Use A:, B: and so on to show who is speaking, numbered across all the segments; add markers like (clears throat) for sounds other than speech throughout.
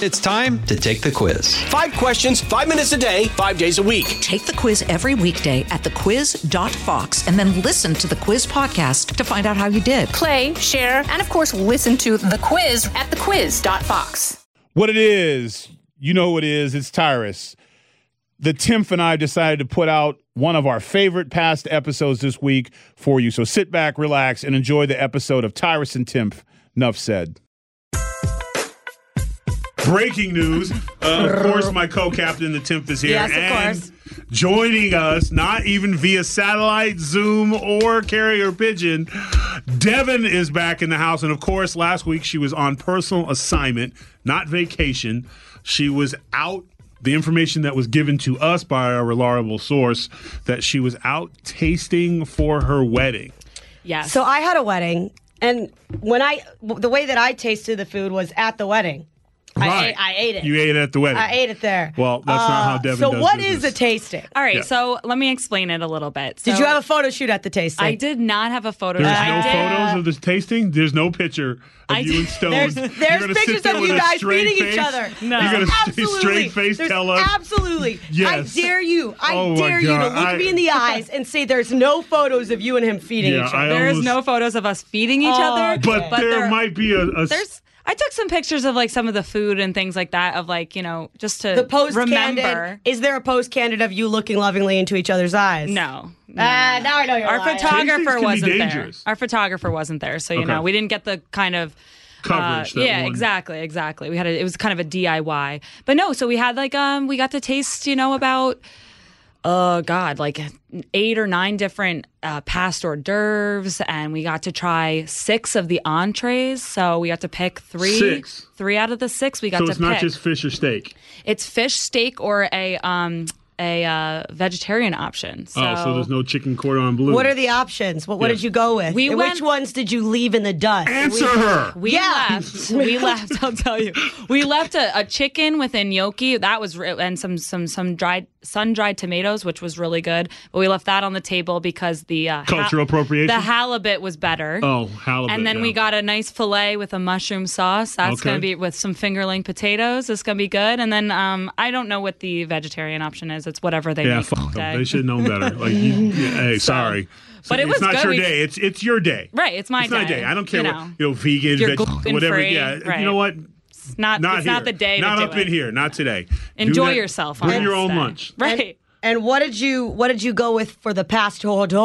A: It's time to take the quiz.
B: Five questions, five minutes a day, five days a week.
C: Take the quiz every weekday at thequiz.fox and then listen to the quiz podcast to find out how you did.
D: play, share, and of course, listen to The Quiz at thequiz.fox.
E: What it is, you know what it is, it's Tyrus. The Timf and I decided to put out one of our favorite past episodes this week for you. So sit back, relax, and enjoy the episode of Tyrus and Timf. Nuff said. Breaking news. Uh, of course, my co captain, the Timp, is here.
F: Yes, of
E: and
F: course.
E: joining us, not even via satellite, Zoom, or carrier pigeon, Devin is back in the house. And of course, last week she was on personal assignment, not vacation. She was out. The information that was given to us by a reliable source that she was out tasting for her wedding.
F: Yes.
G: So I had a wedding, and when I w- the way that I tasted the food was at the wedding. I ate, I ate it.
E: You ate it at the wedding.
G: I ate it there. Uh,
E: Well, that's not how Devin
G: So
E: does
G: what is
E: business.
G: a tasting?
F: All right.
E: Yeah.
F: So let me explain it a little bit.
G: Did
F: So
G: you have a photo shoot at the tasting?
F: I did not have a photo.
E: There's
F: shoot. I
E: no
F: did-
E: photos of this tasting. There's no picture of
F: I
E: you
F: did-
E: and Stone.
G: (laughs) There's,
E: You're
G: there's
E: gonna sit
G: pictures
E: there
G: of
E: with
G: you
E: a
G: guys
E: straight
G: beating
E: face?
G: each other.
F: No.
E: You're gonna stay
G: Absolutely.
E: straight face
G: There's
E: tell us.
G: Absolutely.
E: Yes.
G: I dare you. I
E: Oh, my
G: dare you to
E: God.
G: look
E: I-
G: me in the eyes and say there's no photos of you and him feeding
E: Yeah,
G: each other.
E: I
F: There is
E: almost-
F: no photos of us feeding each
G: Oh,
F: other.
E: But, there,
F: there-
E: might be a, a s-
F: There's. I took some pictures of like some of the food and things like that. Of like you know just to
G: the post
F: remember.
G: candid. Is there a post candid of you looking lovingly into each other's eyes?
F: No. no,
G: Ah,
F: no, no.
G: now I know you're
F: Our
G: lying.
E: These things
F: photographer
E: can be
F: wasn't there.
E: dangerous.
F: Our photographer wasn't there, so you
E: Okay.
F: know we didn't get the kind of uh,
E: Coverage that
F: yeah,
E: one-
F: exactly, exactly. We had a, it was kind of a DIY, but no. So we had like um we got to taste you know about uh god like eight or nine different uh, past hors d'oeuvres, and we got to try six of the entrees. So we got to pick three
E: Six.
F: three out of the six. We got
E: so
F: to
E: it's not
F: pick.
E: just fish or steak.
F: it's fish, steak, or a um a uh, vegetarian option. So,
E: oh, so there's no chicken cordon bleu.
G: What are the options? What, what
E: Yeah.
G: did you go with?
F: We
G: and
F: went-
G: which ones did you leave in the dust?
E: Answer her.
F: We
G: Yeah.
F: left. We left. I'll tell you. We left a, a chicken with gnocchi. That was re- and some some some dried sun dried tomatoes, which was really good. But we left that on the table because the uh, ha-
E: Cultural appropriation?
F: The halibut was better.
E: oh, halibut.
F: And then
E: yeah.
F: we got a nice fillet with a mushroom sauce. That's
E: Okay.
F: going to be with some fingerling potatoes. It's going to be good. And then um, I don't know what the vegetarian option is. It's whatever they
E: Yeah,
F: make.
E: fuck 'em.
F: that day.
E: They should know better. Like, you,
F: (laughs)
E: yeah, hey, sorry. So
F: but it
E: it's
F: was
E: not
F: good.
E: your
F: We-
E: day. It's it's your day.
F: Right, it's my
E: It's my
F: day,
E: day. I don't care
F: you
E: what
F: know.
E: you know, vegan,
F: You're
E: veg, whatever.
F: gluten-free,
E: yeah,
F: right.
E: you know what?
F: It's not,
E: Not
F: it's
E: here.
F: not the day. to
E: Not
F: do
E: up
F: it.
E: in here. Not today. Do
F: Enjoy
E: that-
F: yourself. on
E: Bring your
F: this
E: own
F: day.
E: lunch.
F: Right.
G: And what did you what did you go with for the past hors d'oeuvre?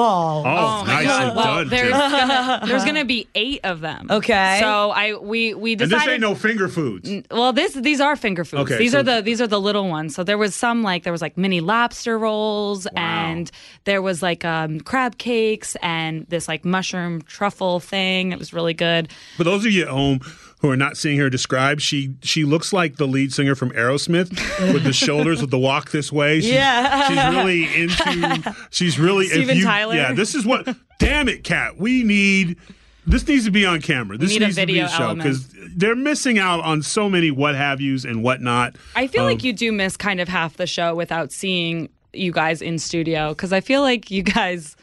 E: Oh,
F: my
E: nicely
F: God. Well,
E: done.
F: there's
E: Tim.
F: (laughs) gonna, there's gonna be eight of them.
G: Okay.
F: So I we we
E: and
F: decided.
E: this ain't no finger foods.
F: well, this these are finger foods.
E: Okay,
F: these
E: so-
F: are the these are the little ones. So there was some like there was like mini lobster rolls, and there was like um, crab cakes, and this like mushroom truffle thing. It was really good.
E: For those of you at home who are not seeing her described, she she looks like the lead singer from Aerosmith with the shoulders with the walk this way. She's,
G: Yeah.
E: she's really
F: (laughs)
E: into. She's really if
F: Steven
E: you-
F: Tyler.
E: Yeah, this is what. damn it, Kat. We need. This needs to be on camera. This
F: need a
E: needs
F: video
E: to be a show
F: element.
E: because they're missing out on so many what have yous and whatnot.
F: I feel
E: Um,
F: like you do miss kind of half the show without seeing you guys in studio because I feel like you guys.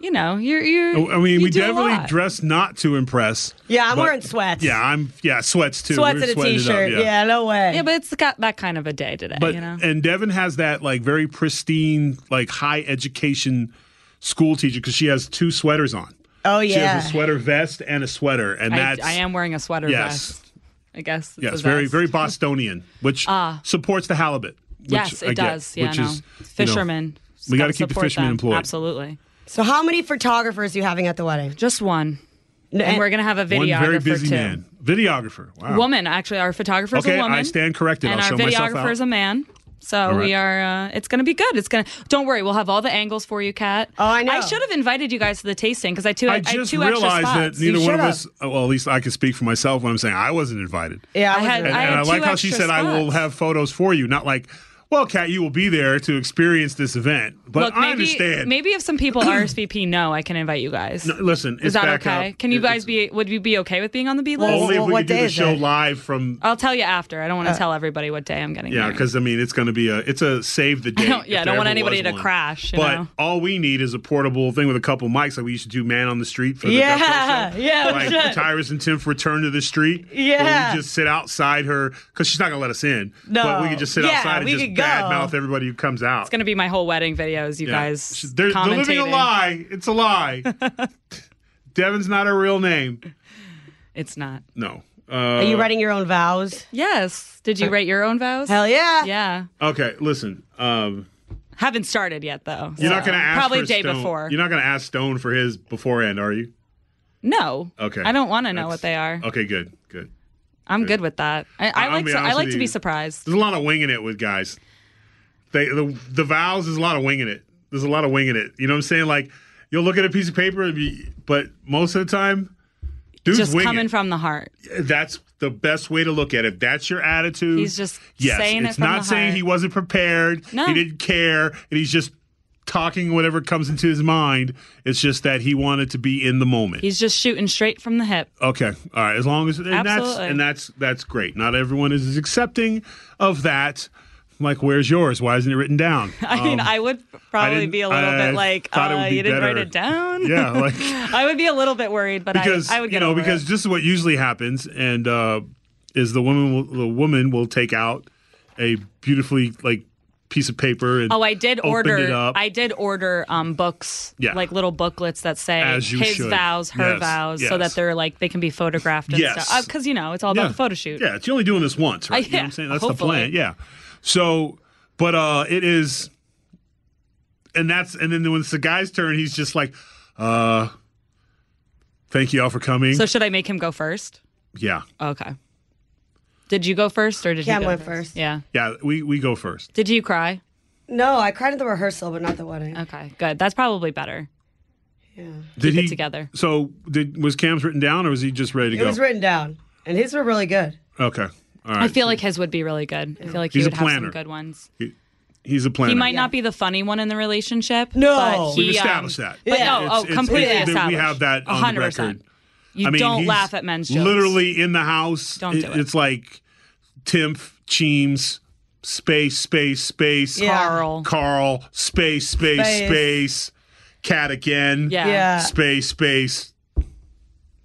F: You know, you're you're.
E: Oh, I mean,
F: (laughs) you
E: we
F: do a
E: definitely
F: lot.
E: dress not to impress.
G: Yeah, I'm
E: but-
G: wearing sweats.
E: Yeah, I'm. Yeah, sweats too.
G: Sweats
E: We're
G: and a
E: sweating it up,
G: t-shirt. yeah. no way.
F: Yeah, but it's got that kind of a day today,
E: But
F: you know.
E: and Devin has that like very pristine, like high education school teacher because she has two sweaters on.
G: oh
E: She
G: yeah.
E: has a sweater vest and a sweater, and
F: I,
E: that's
F: I am wearing a sweater
E: yes,
F: vest. I guess. it's
E: yes,
F: a
E: very
F: vest. Ah.
E: very Bostonian, which supports the halibut. Which
F: yes, it
E: I get,
F: does. Yeah,
E: which
F: no.
E: is, you know,
F: fishermen.
E: we
F: got
E: gotta
F: to
E: keep the fishermen employed.
F: Absolutely.
G: So how many photographers are you having at the wedding?
F: Just one.
G: N-
F: And we're gonna have a
E: one
F: videographer
E: very busy
F: too.
E: man, videographer. Wow.
F: Woman, actually, our photographer's
E: Okay, I
F: a woman.
E: stand corrected.
F: And
E: I'll
F: our
E: show myself out.
F: videographer's a man. So
E: right.
F: we are. Uh, it's gonna be good. It's gonna. Don't worry. We'll have all the angles for you, Kat.
G: Oh, I know.
F: I should have invited you guys to the tasting because I two.
E: I
F: had
E: just
F: two extra
E: realized that
F: spots.
E: neither
G: You
E: one of
G: should've.
E: us, well, at least I can speak for myself when I'm saying I wasn't invited.
G: yeah,
F: I
G: was
F: had-
E: And,
G: gonna-
E: and
F: had
E: I like
F: two
E: how she
F: extra
E: said, "I will
F: spots.
E: have photos for you," not like Well, Kat, you will be there to experience this event, but
F: Look,
E: I
F: maybe
E: understand.
F: maybe if some
E: (clears throat)
F: people RSVP, no, I can invite you guys.
E: Listen, it's
F: Is that
E: back
F: okay?
E: up.
F: Can you
E: It-
F: guys be? Would you be okay with being on the B list?
E: only
G: Well,
E: if we
G: what
E: could do
G: day
E: the
G: is
E: show
G: it?
E: live from?
F: I'll tell you after. I don't want to tell everybody what day I'm getting.
E: Yeah,
F: married.
E: because I mean, it's going to be a it's a save
F: (laughs)
E: the date.
F: don't-
E: if
F: yeah, I
E: there
F: don't want
E: ever
F: anybody
E: was
F: to
E: one.
F: crash, you
E: But
F: know?
E: all we need is a portable thing with a couple mics, like we used to do, man on the street. For the
G: Yeah,
E: Death
F: (laughs)
E: Row show.
G: yeah, we
E: Like
G: should.
E: Tyrus and Tiff return to the street. where
G: Yeah.
E: we just sit outside her because she's not going to let us in. but we
G: No.
E: can just sit
G: Yeah,
E: outside and
G: we
E: just
G: could go.
E: badmouth everybody who comes out.
F: It's gonna be my whole wedding videos, you guys.
E: They're, they're living a
F: commentating.
E: lie. It's a
F: (laughs)
E: lie. Devin's not her real name.
F: It's not.
E: No.
G: Are
E: Uh,
G: you writing your own vows?
F: Yes. Did you write your own vows?
G: Hell yeah.
F: Yeah.
E: okay, listen. Um,
F: Haven't started yet though.
E: you're not
F: so-
E: going to ask
F: Probably
E: for
F: day
E: Stone-
F: before.
E: You're not going to ask Stone for his beforehand, are you?
F: no.
E: Okay.
F: I don't want to know
E: That's-
F: what they are.
E: Okay, good, good.
F: I'm good with that. I, I
E: I'll
F: like
E: be
F: to, I
E: honest
F: like
E: with
F: to be
E: you.
F: surprised.
E: There's a lot of winging it with guys. They the the vows is a lot of winging it. There's a lot of winging it. You know what I'm saying? Like you'll look at a piece of paper, and be, but most of the time, dudes
F: Just
E: wing
F: coming
E: it.
F: from the heart.
E: That's the best way to look at it. That's your attitude.
F: He's just
E: yes,
F: saying it
E: it's
F: from
E: not
F: the
E: saying
F: heart.
E: he wasn't prepared.
F: No.
E: He didn't care, and he's just talking whatever comes into his mind. It's just that he wanted to be in the moment.
F: He's just shooting straight from the hip. (laughs)
E: Okay. All right. As long as and that's
F: Absolutely.
E: and that's that's great. Not everyone is as accepting of that. I'm like, where's yours? Why isn't it written down?
F: (laughs) I mean, I would probably
E: Um, didn't-
F: be a little
E: I
F: bit like,
E: thought it would
F: uh,
E: be
F: you didn't write
E: better.
F: it down.
E: Um, yeah, like
F: I would be a little bit worried, (laughs) but
E: because
F: I, I would
E: you
F: get
E: know
F: over
E: because
F: it.
E: this is what usually happens, and uh, is the woman will, the woman will take out a beautifully like piece of paper and
F: Oh, I did
E: opened
F: order.
E: it up.
F: I did order um, books,
E: Yeah.
F: like little booklets that say
E: As you
F: his
E: should.
F: vows, her
E: Yes,
F: vows, so
E: yes.
F: that they're like they can be photographed and
E: Yes.
F: stuff. Because you know it's all
E: yeah.
F: about the photo shoot.
E: Yeah, it's you're only doing this once, right? You know what
F: (laughs) yeah,
E: I'm saying? That's
F: hopefully.
E: the plan. Yeah. So, but uh it is and that's and then when it's the guy's turn, he's just like, uh thank you all for coming.
F: So should I make him go first?
E: yeah.
F: Okay. Did you go first or did
G: Cam
F: you? go
G: went first.
F: Yeah.
E: Yeah, we we go first.
F: Did you cry?
G: No, I cried at the rehearsal, but not the wedding.
F: Okay, good. That's probably better.
E: Did
F: it
E: he
F: together.
E: So, did was Cam's written down or was he just ready to
G: It
E: go?
G: was written down, and his were really good.
E: okay. All right.
F: I feel like his would be really good. I feel like
E: He's a
F: he would have
E: planner.
F: some good ones.
E: he's a planner.
F: He might not be the funny one in the relationship.
G: No.
F: but he,
E: We've established
F: um,
E: that.
F: But
G: Yeah.
F: no,
E: It's-
F: oh,
E: it's-
F: completely
E: it's- there-
F: established.
E: We have that on the
F: 100%.
E: record.
F: You
E: I mean,
F: don't
E: he's
F: laugh at men's jokes.
E: Literally in the house.
F: Don't do it.
E: It's like Timph, Cheems, space, space, space.
G: Yeah.
F: Carl.
E: Carl, space, space,
G: Space.
E: space. Cat again.
F: Yeah.
G: Yeah.
E: Space, space.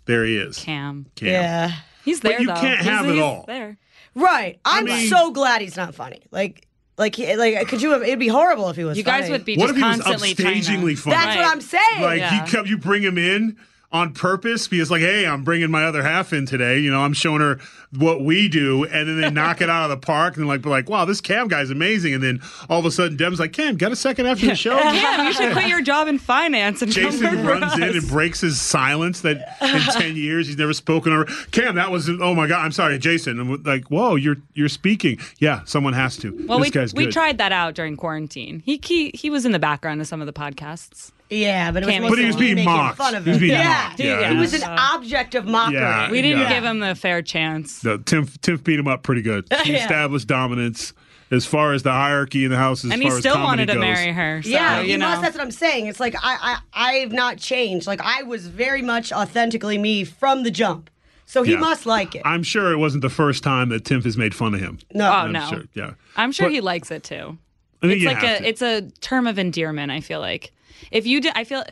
E: There he is.
F: Cam.
E: Cam.
G: Yeah.
F: He's
E: But
F: there.
E: you
F: though.
E: can't
F: He's-
E: have it
F: he's
E: all.
F: There.
G: Right. I'm
E: mean-
G: so glad he's not funny. Like, like, he, like, could you? It'd be horrible if he was.
F: You guys
G: funny.
F: would be
E: What if
F: just
E: he was
F: constantly trying to-
E: upstagingly funny?
G: That's what
F: Right.
G: I'm saying.
E: Like
F: Yeah.
E: he come, you bring him in on purpose because like, hey, I'm bringing my other half in today. You know, I'm showing her what we do, and
F: (laughs)
E: then they knock it out of the park, and like, be like, wow, this Cam guy's amazing. And then all of a sudden, Dem's like, Cam, got a second after the show?
F: Cam, you should quit your job in finance and come work
E: Jason
F: for
E: runs in
F: us.
E: and breaks his silence that
F: (laughs)
E: in ten years he's never spoken. Or Cam, that was oh my god, I'm sorry, Jason. And we're like, whoa, you're you're speaking. Yeah, someone has to.
F: Well,
E: this
F: we,
E: guy's
F: we
E: good.
F: tried that out during quarantine. He, he he was in the background of some of the podcasts.
G: yeah, but it was
F: Can't
G: mostly
F: be But he was
G: me
E: being
G: making
E: mocked.
G: Fun of
E: He was
G: him.
E: being
G: yeah.
E: mocked. Yeah,
G: he
E: it
G: was
F: was-
G: an object of mockery.
E: Yeah.
F: We didn't
E: Uh, Yeah.
F: give him the fair chance.
E: No, Timph, Timph beat him up pretty
F: (laughs)
E: good. He
G: Yeah.
E: established dominance as far as the hierarchy in the house. As
F: And he
E: far as
F: still
E: comedy
F: wanted to
E: goes.
F: marry her. So,
G: Yeah,
F: you
G: he
F: know.
E: (laughs)
G: must. That's what I'm saying. It's like I, I, I've not changed. Like I was very much authentically me from the jump. So he
E: Yeah.
G: must like it.
E: I'm sure it wasn't the first time that Timph has made fun of him.
G: no,
F: oh,
E: I'm
F: no.
E: sure. Yeah,
F: I'm sure
E: But-
F: he likes it too.
E: I think
F: It's
E: you
F: like
E: have
F: a
E: to.
F: it's a term of endearment. I feel like if you did, I feel.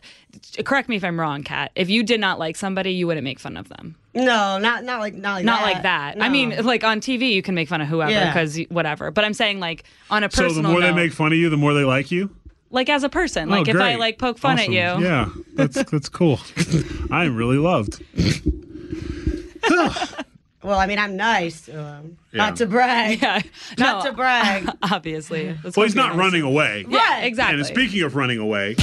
F: Correct me if I'm wrong, Kat. If you did not like somebody, you wouldn't make fun of them.
G: no, not not like not like
F: Not
G: that.
F: like that. I
G: No.
F: mean, like on TV, you can make fun of whoever
G: Yeah.
F: because whatever. But I'm saying like on a
E: so
F: personal
E: the more they
F: note,
E: make fun of you, the more they like you.
F: like as a person, like
E: oh,
F: if I
E: great.
F: like poke fun
E: Awesome.
F: at you,
E: yeah, that's that's cool. (laughs) I am really loved.
G: Well, I mean, I'm nice. Um,
E: Yeah.
G: Not to brag.
F: (laughs) yeah,
G: Not
F: no,
G: to
F: (laughs)
G: brag.
F: obviously. That's
E: Well, he's
F: gonna
E: not
F: be nice.
E: running away.
F: Yeah,
G: Right.
F: exactly.
E: And speaking of running away,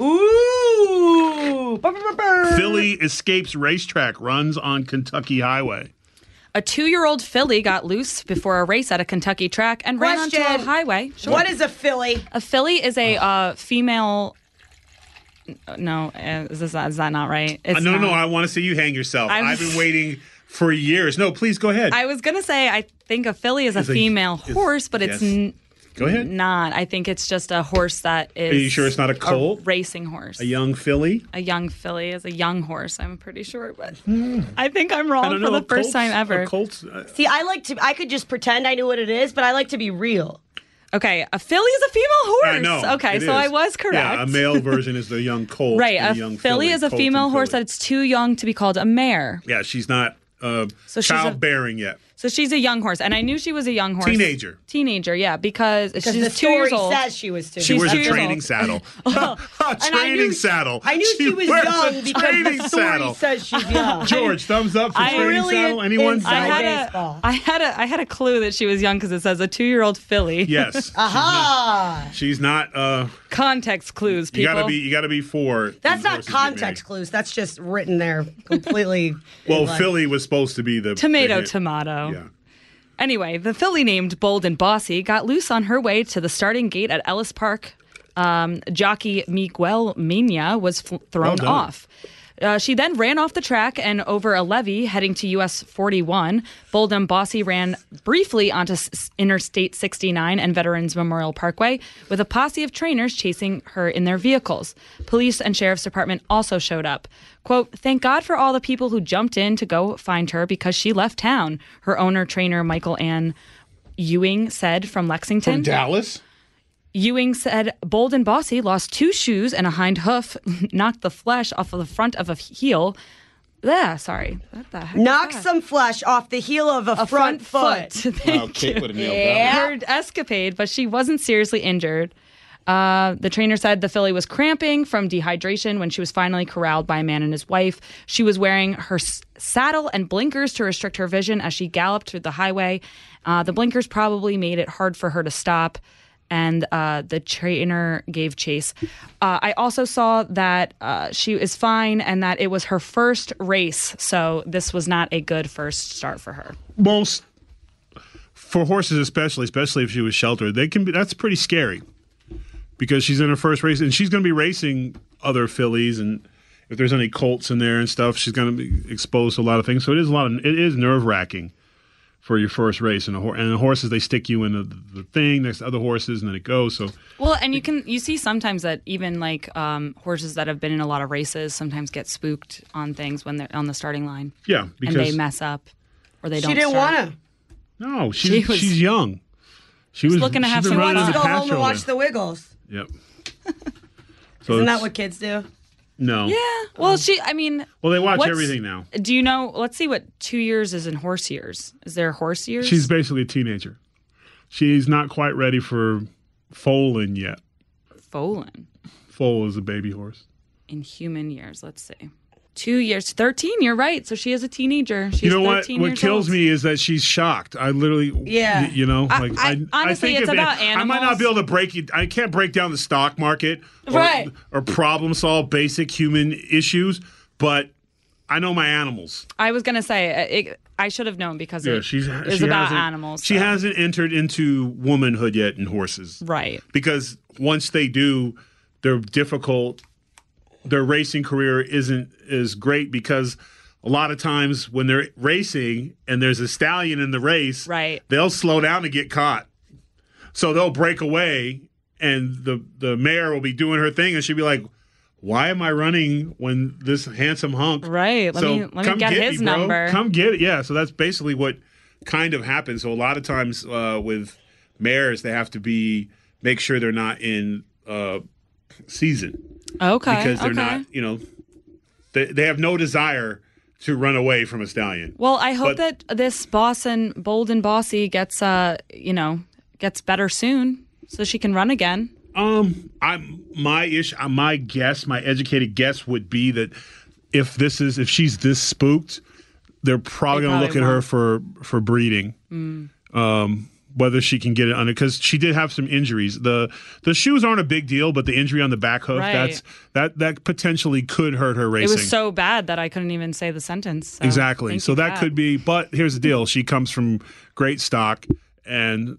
G: Ooh. Bur- bur- bur- bur.
E: Philly escapes racetrack, runs on Kentucky highway.
F: a two-year-old filly got loose before a race at a Kentucky track and ran onto
G: Question.
F: a highway. Sure.
G: What is a Philly?
F: A filly is a uh, female. No, uh, is, this, is that not right? It's
E: no,
F: not.
E: no, I want to see you hang yourself. i
F: I'm-
E: have been waiting for years. No, please go ahead.
F: I was gonna say I think a filly is a
E: a-
F: female
E: is-
F: horse, but
E: yes.
F: it's n-
E: go ahead.
F: not. I think it's just a horse that is.
E: Are you sure it's not a colt?
F: racing horse?
E: A young filly.
F: a young filly is a young horse. I'm pretty sure, but I think I'm
E: Hmm. I
F: wrong
E: don't
F: for
E: know.
F: the
E: Colts-
F: first time
E: are
F: ever.
E: Colts. uh,
G: See, I like to. I could just pretend I knew what it is, but I like to be real.
F: Okay, a filly is a female horse.
E: I know.
F: okay,
E: it
F: so I
E: is.
F: was correct.
E: Yeah, a
F: (laughs)
E: male version is the young colt.
F: Right,
E: and
F: a
E: the young
F: filly, is a
E: Colt and
F: female horse
E: filly.
F: that it's too young to be called a mare.
E: Yeah, she's not uh,
F: So she's a-
E: childbearing yet.
F: So she's a young horse, and I knew she was a young horse.
E: Teenager.
F: Teenager, yeah, because,
G: Because
F: she's
G: the
F: two years
G: story
F: old.
G: says she was two.
E: She
F: She's
E: wears
F: two
E: a
F: years
E: training
F: old. (laughs) Oh,
E: saddle. (laughs) a training
G: knew-
E: saddle.
G: I knew she, was
E: wears a
G: young because
E: training
G: the story
E: saddle.
G: says
E: (laughs)
G: she's young.
E: George, thumbs up for
F: I
E: training
F: really-
E: saddle. Anyone?
G: inside
F: I had
G: Baseball.
F: a, I had a, I had a clue that she was young because it says a two-year-old filly.
E: Yes.
G: Aha!
E: She's not. Uh,
F: Context clues, people.
E: you gotta be. You gotta be four.
G: That's
E: these
G: not
E: horses get married.
G: context clues. That's just written there completely.
E: Well,
G: like-
E: Philly was supposed to be the
F: Tomato,
E: the-
F: tomato.
E: Yeah.
F: Anyway, the filly named Bold and Bossy got loose on her way to the starting gate at Ellis Park. Um, jockey Miguel Mina was fl-
E: Well
F: thrown
E: done.
F: off. Uh, she then ran off the track and over a levee heading to US 41. Bold and Bossy ran briefly onto s- Interstate 69 and Veterans Memorial Parkway with a posse of trainers chasing her in their vehicles. Police and Sheriff's Department also showed up. Quote, Thank God for all the people who jumped in to go find her because she left town, her owner trainer Michael Ann Ewing said from Lexington.
E: From Dallas.
F: Ewing said Bold and Bossy lost two shoes and a hind hoof, (laughs) knocked the flesh off of the front of a heel. Yeah, sorry. What the heck?
G: Knock some flesh off the heel of a, front, foot. (laughs)
F: Thank you.
E: would have nailed
G: Yeah.
F: Her escapade, but she wasn't seriously injured. Uh, the trainer said the filly was cramping from dehydration when she was finally corralled by a man and his wife. She was wearing her s- saddle and blinkers to restrict her vision as she galloped through the highway. Uh, the blinkers probably made it hard for her to stop, and uh, the trainer gave chase. Uh, I also saw that uh, she is fine and that it was her first race, so this was not a good first start for her.
E: Most for horses, especially, especially if she was sheltered, they can be. That's pretty scary because she's in her first race and she's going to be racing other fillies and if there's any colts in there and stuff, she's going to be exposed to a lot of things. So it is a lot of it is nerve wracking for your first race and a hor- and the horses they stick you in the, the thing next to other horses and then it goes. So
F: Well, and you can you see sometimes that even like um, horses that have been in a lot of races sometimes get spooked on things when they're on the starting line
E: yeah,
F: and
E: because
F: they mess up or they don't.
G: She didn't
F: start.
G: want to.
E: no, she's
F: She was-
E: she's young. She was
F: looking to
E: she's
F: have
E: been
F: some
E: running
F: fun.
E: in
G: Let's
E: the
G: go home
E: pasture over
G: and watch
E: there.
G: The Wiggles.
E: Yep. So
G: Isn't
E: it's-
G: that what kids do?
E: No.
F: Yeah. Well, she. I mean.
E: Well, they watch
F: what's-
E: everything now.
F: Do you know? Let's see what two years is in horse years. Is there horse years?
E: She's basically a teenager. She's not quite ready for foaling yet.
F: foaling
E: Foal is a baby horse.
F: in human years. Let's see. Two years, thirteen. You're right. So she is a teenager. She's
E: you know what?
F: 13
E: What
F: years
E: kills
F: old.
E: me is that she's shocked. I literally,
G: Yeah.
E: y- you know, like
F: I- honestly,
E: think
F: it's
E: if
F: about
E: I might not
F: animals.
E: be able to break it. I can't break down the stock market, or,
F: Right.
E: Or problem solve basic human issues, but I know my animals.
F: I was gonna say uh, it, I should have known because
E: Yeah,
F: it
E: she's
F: is
E: she
F: about
E: hasn't-
F: animals.
E: She
F: so-
E: hasn't entered into womanhood yet in horses,
F: right.
E: because once they do, they're difficult. Their racing career isn't as great because a lot of times when they're racing and there's a stallion in the race,
F: Right.
E: they'll slow down to get caught. So they'll break away and the the mare will be doing her thing and she'll be like, Why am I running when this handsome hunk
F: Right. Let
E: so
F: me let me
E: come
F: get,
E: me,
F: his
E: bro.
F: number.
E: Come get it. Yeah. So that's basically what kind of happens. So a lot of times uh, with mares, they have to be make sure they're not in uh, season
F: okay.
E: because they're
F: okay.
E: not. You know, they they have no desire to run away from a stallion.
F: Well, I hope
E: But-
F: that this boss and bold and bossy gets uh you know gets better soon so she can run again.
E: Um, I'm my ish. uh, My guess, my educated guess would be that if this is if she's this spooked, they're probably
F: They
E: going to look at
F: probably
E: her
F: won't. Mm.
E: for for breeding. Um, whether she can get it under because she did have some injuries. the The shoes aren't a big deal, but the injury on the back hoof
F: Right.
E: that's that that potentially could hurt her
F: It
E: racing.
F: was so bad that I couldn't even say the sentence. so
E: Exactly.
F: thank
E: So
F: you for
E: that could be, but here's the deal. She comes from great stock, and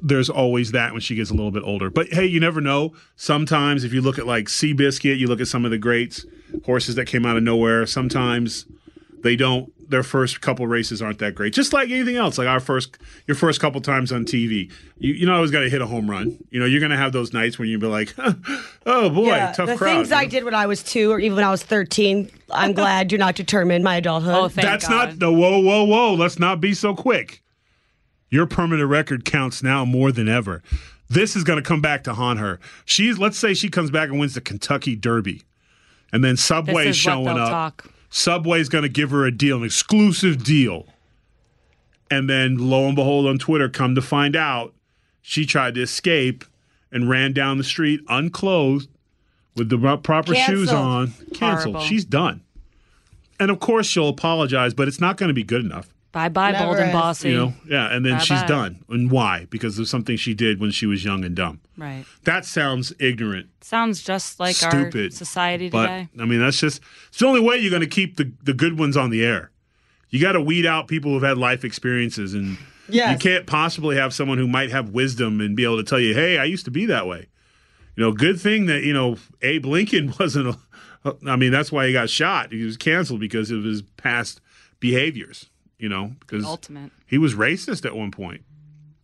E: there's always that when she gets a little bit older. But hey, you never know. Sometimes, if you look at like Seabiscuit, you look at some of the greats, horses that came out of nowhere, sometimes they don't their first couple races aren't that great. Just like anything else, like our first your first couple times on TV, you you know always got to hit a home run. You know you're gonna have those nights when you be like, (laughs) oh boy,
G: Yeah,
E: tough
G: the
E: crowd.
G: things I did when I was two or even when I was 13, I'm glad do not determine my adulthood.
F: Oh, thank
E: That's
F: God.
E: not the whoa whoa whoa. Let's not be so quick. Your permanent record counts now more than ever. This is gonna come back to haunt her. She's let's say she comes back and wins the Kentucky Derby, and then
F: This
E: Subway's
F: is what
E: showing
F: they'll
E: up.
F: talk.
E: Subway's going to give her a deal, an exclusive deal. And then lo and behold, on Twitter, come to find out, she tried to escape and ran down the street unclothed with the ro- proper shoes
G: Canceled.
E: on. Canceled.
F: Horrible.
E: She's done. And of course, she'll apologize, but it's not going to be good enough.
F: Bye bye,
G: Never
F: bold and
G: is.
F: bossy.
E: You know? Yeah. And then she's
F: Bye-bye.
E: done. And why? Because of something she did when she was young and dumb.
F: Right.
E: That sounds ignorant
F: Sounds just like
E: stupid
F: our society
E: but,
F: today.
E: I mean, that's just it's the only way you're going to keep the the good ones on the air. You got to weed out people who've had life experiences, and
G: Yes.
E: you can't possibly have someone who might have wisdom and be able to tell you, "Hey, I used to be that way." You know, good thing that you know Abe Lincoln (laughs) wasn't. A, I mean, that's why he got shot. He was canceled because of his past behaviors. You know, because
F: Ultimate.
E: he was racist at one point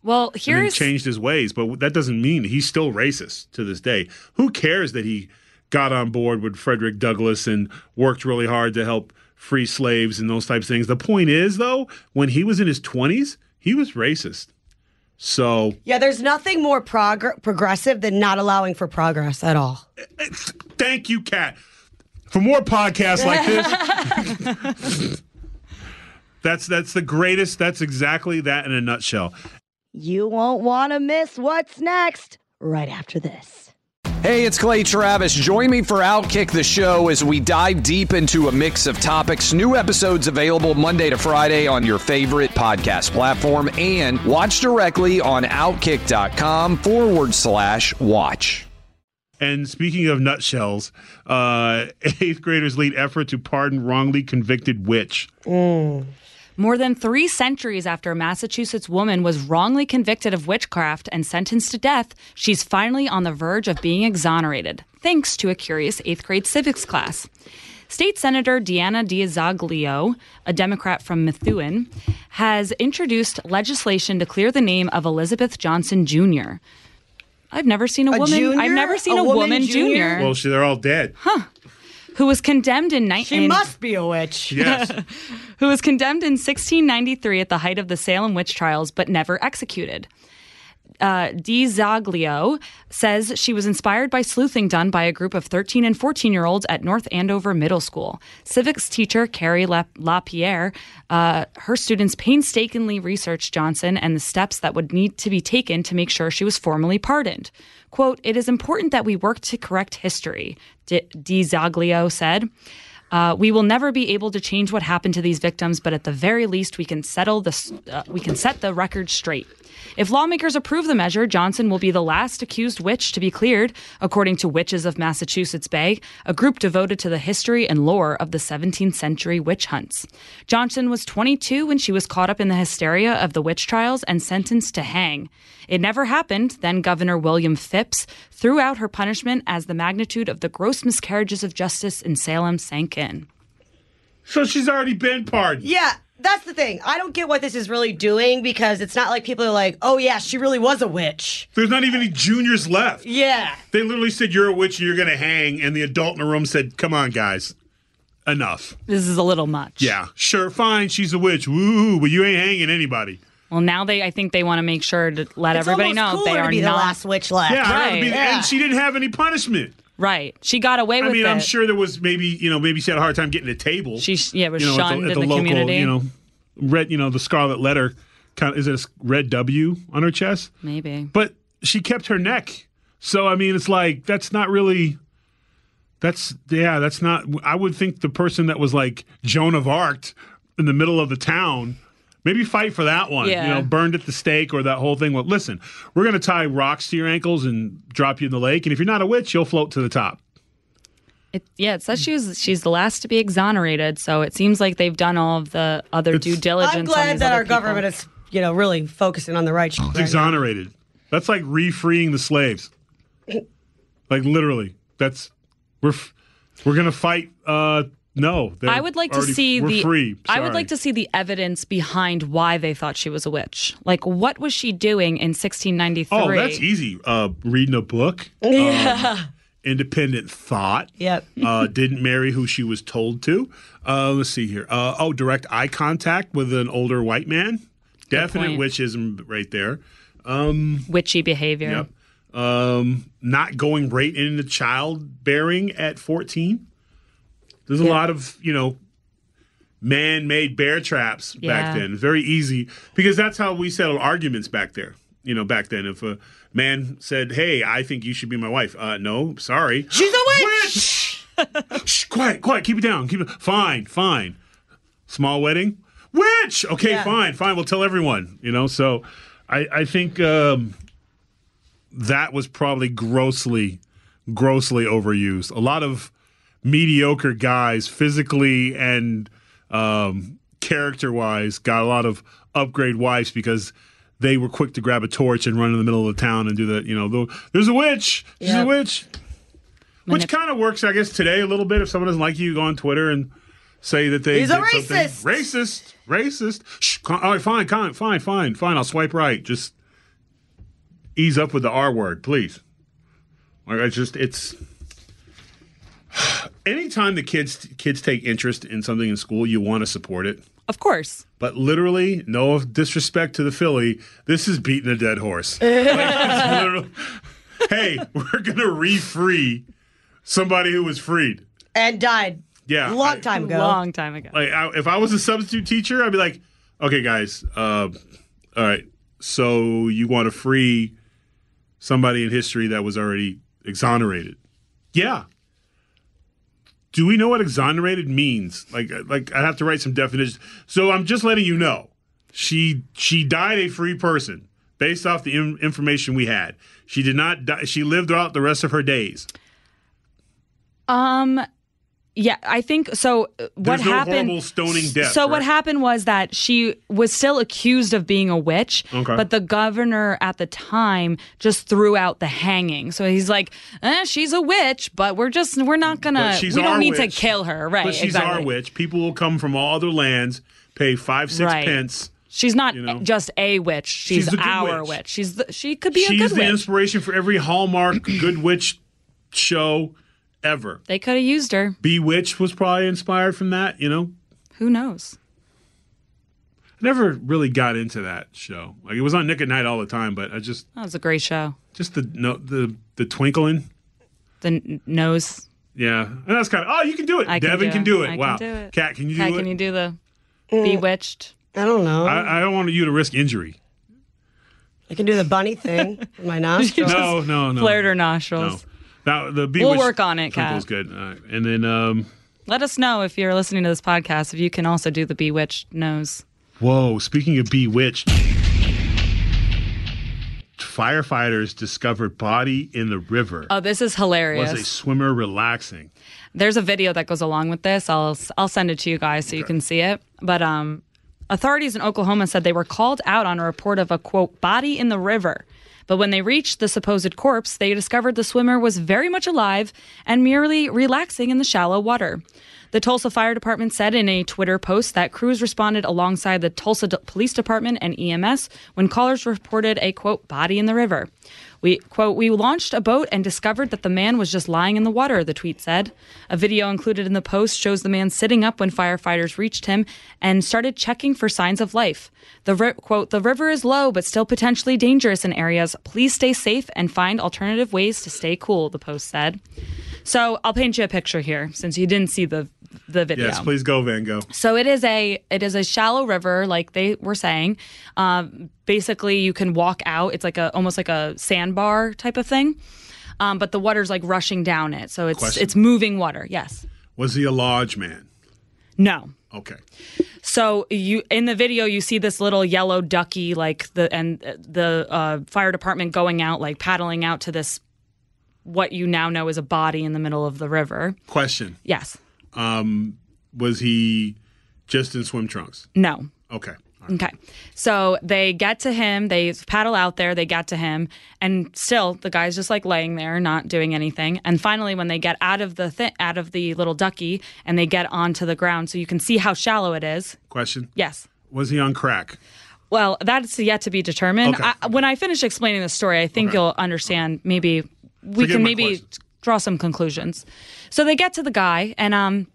F: Well,
E: and then
F: here's
E: changed his ways, but that doesn't mean he's still racist to this day. Who cares that he got on board with Frederick Douglass and worked really hard to help free slaves and those types of things? The point is, though, when he was in his 20s, he was racist. So
G: Yeah, there's nothing more prog- progressive than not allowing for progress at all.
E: thank you, Kat. For more podcasts like this, (laughs) that's that's the greatest. That's exactly that in a nutshell.
G: You won't want to miss what's next right after this.
H: Hey, it's Clay Travis. Join me for Outkick the Show as we dive deep into a mix of topics. New episodes available Monday to Friday on your favorite podcast platform and watch directly on outkick.com forward slash watch.
E: And speaking of nutshells, uh, (laughs) eighth graders lead effort to pardon wrongly convicted witch.
F: More than three centuries after a Massachusetts woman was wrongly convicted of witchcraft and sentenced to death, she's finally on the verge of being exonerated, thanks to a curious eighth grade civics class. State Senator Deanna D'Azaglio, a Democrat from Methuen, has introduced legislation to clear the name of Elizabeth Johnson Jr. I've never seen a,
G: A
F: woman. I've
G: junior?
F: never seen
G: A
F: a,
G: woman
F: woman
G: junior?
F: junior,
E: Well, she, they're all
G: (laughs)
E: dead.
F: who was condemned in 19
G: She must be a witch.
E: Yes.
F: who was condemned in 1693 at the height of the Salem witch trials but never executed. Uh, Di Zaglio says she was inspired by sleuthing done by a group of 13 and 14 year olds at North Andover Middle School. Civics teacher Carrie La- LaPierre, uh, her students painstakingly researched Johnson and the steps that would need to be taken to make sure she was formally pardoned. Quote, It is important that we work to correct history, Di Di Zaglio said. Uh, we will never be able to change what happened to these victims, but at the very least, we can settle this. Uh, we can set the record straight. If lawmakers approve the measure, Johnson will be the last accused witch to be cleared, according to Witches of Massachusetts Bay, a group devoted to the history and lore of the 17th century witch hunts. Johnson was 22 when she was caught up in the hysteria of the witch trials and sentenced to hang. It never happened. Then Governor William Phipps threw out her punishment as the magnitude of the gross miscarriages of justice in Salem sank in.
E: so she's already been pardoned.
G: (laughs) Yeah, that's the thing. I don't get what this is really doing because it's not like people are like, oh, yeah, she really was a witch.
E: There's not even any juniors left.
G: Yeah.
E: They literally said, You're a witch, you're going to hang. And the adult in the room said, Come on, guys.
G: (laughs)
E: Enough.
F: This is a little much.
E: Yeah. Sure, fine. She's a witch. Woo, but you ain't hanging anybody.
F: Well, now they, I think they want to make sure to let
G: It's
F: everybody
G: almost
F: know
G: cooler
F: they
G: to
F: are
G: be
F: not
G: the last witch left.
E: Yeah. I'd rather
F: Right.
E: be-
G: Yeah.
E: And she didn't have any punishment.
F: right. She got away
E: I
F: with
E: mean,
F: it.
E: I'm sure there was maybe you know maybe she had a hard time getting a table.
F: She sh- yeah, was
E: you know,
F: shunned in the community.
E: You know, red. You know, the scarlet letter. Kind of, is it a s- red W on her chest?
F: Maybe.
E: But she kept her neck. So I mean, it's like that's not really. That's yeah. That's not. I would think the person that was like Joan of Arc in the middle of the town. Maybe fight for that one. You
F: Yeah.
E: know, burned at the stake or that whole thing. Well, listen, we're going to tie rocks to your ankles and drop you in the lake. And if you're not a witch, you'll float to the top.
F: It, yeah, it says she was, she's the last to be exonerated, so it seems like they've done all of the other due diligence.
G: I'm
F: on
G: glad
F: these
G: that
F: other
G: our
F: people.
G: government is, you know, really focusing on the right. shit
E: It's
G: right now.
E: exonerated. That's like refreeing the
F: (laughs)
E: slaves. like literally, that's we're f- we're gonna fight uh, No, they're
F: I would like to
E: already-
F: see
E: we're
F: the
E: free.
F: I would
E: Sorry.
F: like to see the evidence behind why they thought she was a witch. Like what was she doing in 1693?
E: Oh, that's easy. Uh, reading a
F: (laughs)
E: book. Yeah. independent thought.
G: Yep.
F: (laughs)
E: uh, didn't marry who she was told to. Uh, let's see here. Uh, oh, direct eye contact with an older white man. Definite
F: point.
E: witchism right there.
F: Witchy behavior.
E: Yep. Um, not going right into childbearing at 14. There's a lot of, you know, man made bear traps back
F: Yeah.
E: then. Very easy because that's how we settled arguments back there. You know, back then, if a man said, Hey, I think you should be my wife, uh, no, sorry.
G: She's a witch!
E: Witch! (laughs) Shh, quiet, quiet, keep it down. Keep it fine, fine. Small wedding? Witch! Okay,
G: Yeah.
E: fine, fine, we'll tell everyone. You know, so I, I think um that was probably grossly, grossly overused. A lot of mediocre guys, physically and um, character wise, got a lot of upgrade wives because they were quick to grab a torch and run in the middle of the town and do the, you know, the, there's a witch, there's
G: Yep.
E: a witch. Which
F: Manip-
E: kind of works, I guess, today a little bit. If someone doesn't like you, you go on Twitter and say that they
G: He's a
E: did something-
G: racist.
E: racist, racist. Shh, con- all right, fine, con- fine, fine, fine. I'll swipe right. Just ease up with the R word, please. Like I just, it's (sighs) anytime the kids kids take interest in something in school, you want to support it.
F: Of course.
E: But literally, no disrespect to the Philly, this is beating a dead horse. Like, it's literally- hey, we're gonna re-free somebody who was freed.
G: And died.
E: Yeah,
G: Long
E: I-
G: time ago.
F: Long time ago.
E: like I, if I was a substitute teacher, I'd be like, okay, guys, uh, all right, so you want to free somebody in history that was already exonerated? Yeah. Do we know what exonerated means? Like, uh, like I have to write some definitions. So I'm just letting you know, she she died a free person based off the in- information we had. She did not. Die, she lived out the rest of her days.
F: Um yeah, I think so uh, what
E: There's no
F: happened
E: horrible stoning death,
F: So what
E: right?
F: happened was that she was still accused of being a witch,
E: Okay.
F: but the governor at the time just threw out the hanging. So he's like, eh, she's a witch, but we're just we're not going
E: But
F: to
E: she's
F: we
E: our
F: don't need
E: witch.
F: to kill her, right?
E: But she's
F: exactly.
E: our witch. People will come from all other lands, pay five, six
F: Right.
E: pence.
F: She's not
E: You know?
F: just a witch. She's,
E: She's a good
F: our
E: witch.
F: witch. She's the, she could be a
E: She's
F: good
E: the
F: witch.
E: inspiration for every Hallmark (clears throat) Good Witch show ever.
F: they could have used her.
E: Bewitched was probably inspired from that, you know?
F: Who knows?
E: I never really got into that show. Like it was on Nick at Night all the time, but I just
F: That was a great show.
E: just the no, the the twinkling.
F: The n- nose.
E: Yeah. And that's kind of oh, you can do it.
F: I can
E: Devin
F: do
E: can
F: it.
E: do it.
F: I can
E: wow.
F: do it.
E: Cat, can you
F: Kat,
E: do
F: can
E: it?
F: you do the bewitched?
G: I don't know. I,
E: I, I don't want you to risk
F: (laughs)
E: injury.
G: can do the bunny thing with my nostrils.
E: No, no, no.
F: Flared her
E: No.
F: nostrils.
E: Now the
F: We'll
E: Bewitched
F: work on it, Kat.
E: twinkle's good. All right. And then um
F: Let us know if you're listening to this podcast if you can also do the bewitched nose.
E: Whoa, speaking of bewitched, firefighters discovered body in the river.
F: Oh, this is
E: was
F: hilarious.
E: a swimmer relaxing.
F: There's a video that goes along with this. I'll I'll send it to you guys so you can see it. But um, authorities in Oklahoma said they were called out on a report of a quote body in the river. But when they reached the supposed corpse, they discovered the swimmer was very much alive and merely relaxing in the shallow water. The Tulsa Fire Department said in a Twitter post that crews responded alongside the Tulsa D- Police Department and EMS when callers reported a quote body in the river. We quote we launched a boat and discovered that the man was just lying in the water, the tweet said. A video included in the post shows the man sitting up when firefighters reached him and started checking for signs of life. The ri- quote the river is low but still potentially dangerous in areas. Please stay safe and find alternative ways to stay cool, the post said. So, I'll paint you a picture here since you didn't see the the video.
E: Yes, please go, Van Gogh.
F: So it is a it is a shallow river, like they were saying. Um, basically, you can walk out. It's like a almost like a sandbar type of thing, um, but the water's like rushing down it. So it's
E: Question.
F: it's moving water. Yes.
E: Was he a lodge man?
F: No.
E: Okay.
F: So you in the video you see this little yellow ducky like the and uh, the uh, fire department going out like paddling out to this what you now know is a body in the middle of the river.
E: Question.
F: Yes.
E: Was he just in swim trunks?
F: No.
E: Okay. All
F: Okay. So they get to him, they paddle out there, they get to him, and still the guy's just like laying there, not doing anything. And finally when they get out of the thi- out of the little ducky and they get onto the ground so you can see how shallow it is.
E: Question.
F: Yes.
E: Was he on crack?
F: Well, that's yet to be determined.
E: Okay.
F: I, when I finish explaining the story, I think you'll understand. Maybe we
E: Forgive
F: can
E: my
F: maybe
E: questions.
F: draw some conclusions. So they get to the guy, and um,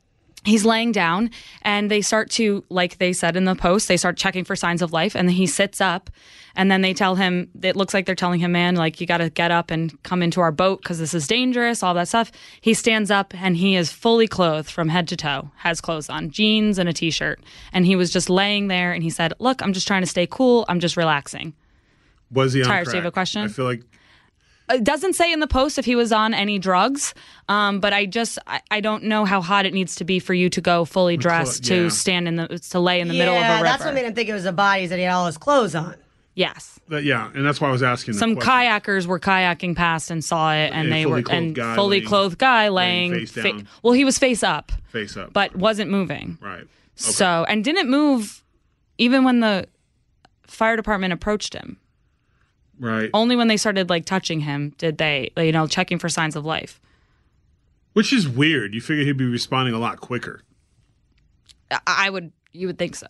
F: he's laying down, and they start to, like they said in the post, they start checking for signs of life, and then he sits up, and then they tell him. It looks like they're telling him, man, like you got to get up and come into our boat because this is dangerous. All that stuff. He stands up, and he is fully clothed from head to toe, has clothes on, jeans and a t-shirt, and he was just laying there, and he said, "Look, I'm just trying to stay cool. I'm just relaxing."
E: Was he on
F: Tyra, do you
E: crack?
F: have a question?
E: I feel like
F: It doesn't say in the post if he was on any drugs, um, but I just I, I don't know how hot it needs to be for you to go fully dressed
E: yeah.
F: to stand in the to lay in the
G: yeah,
F: middle of a river.
G: that's what made him think it was the bodies that he had all his clothes on.
F: yes,
E: that, yeah, and that's why I was asking. the
F: some
E: question.
F: kayakers were kayaking past and saw it, and
E: A
F: they
E: fully
F: were
E: clothed
F: and
E: guy
F: fully
E: laying-
F: clothed guy
E: laying
F: laying.
E: face down.
F: well, he was face up,
E: face up,
F: but wasn't moving.
E: right. Okay.
F: So and didn't move, even when the fire department approached him.
E: right,
F: Only when they started like touching him did they, you know, checking for signs of life.
E: which is weird. You figure he'd be responding a lot quicker.
F: I- I would you would think so.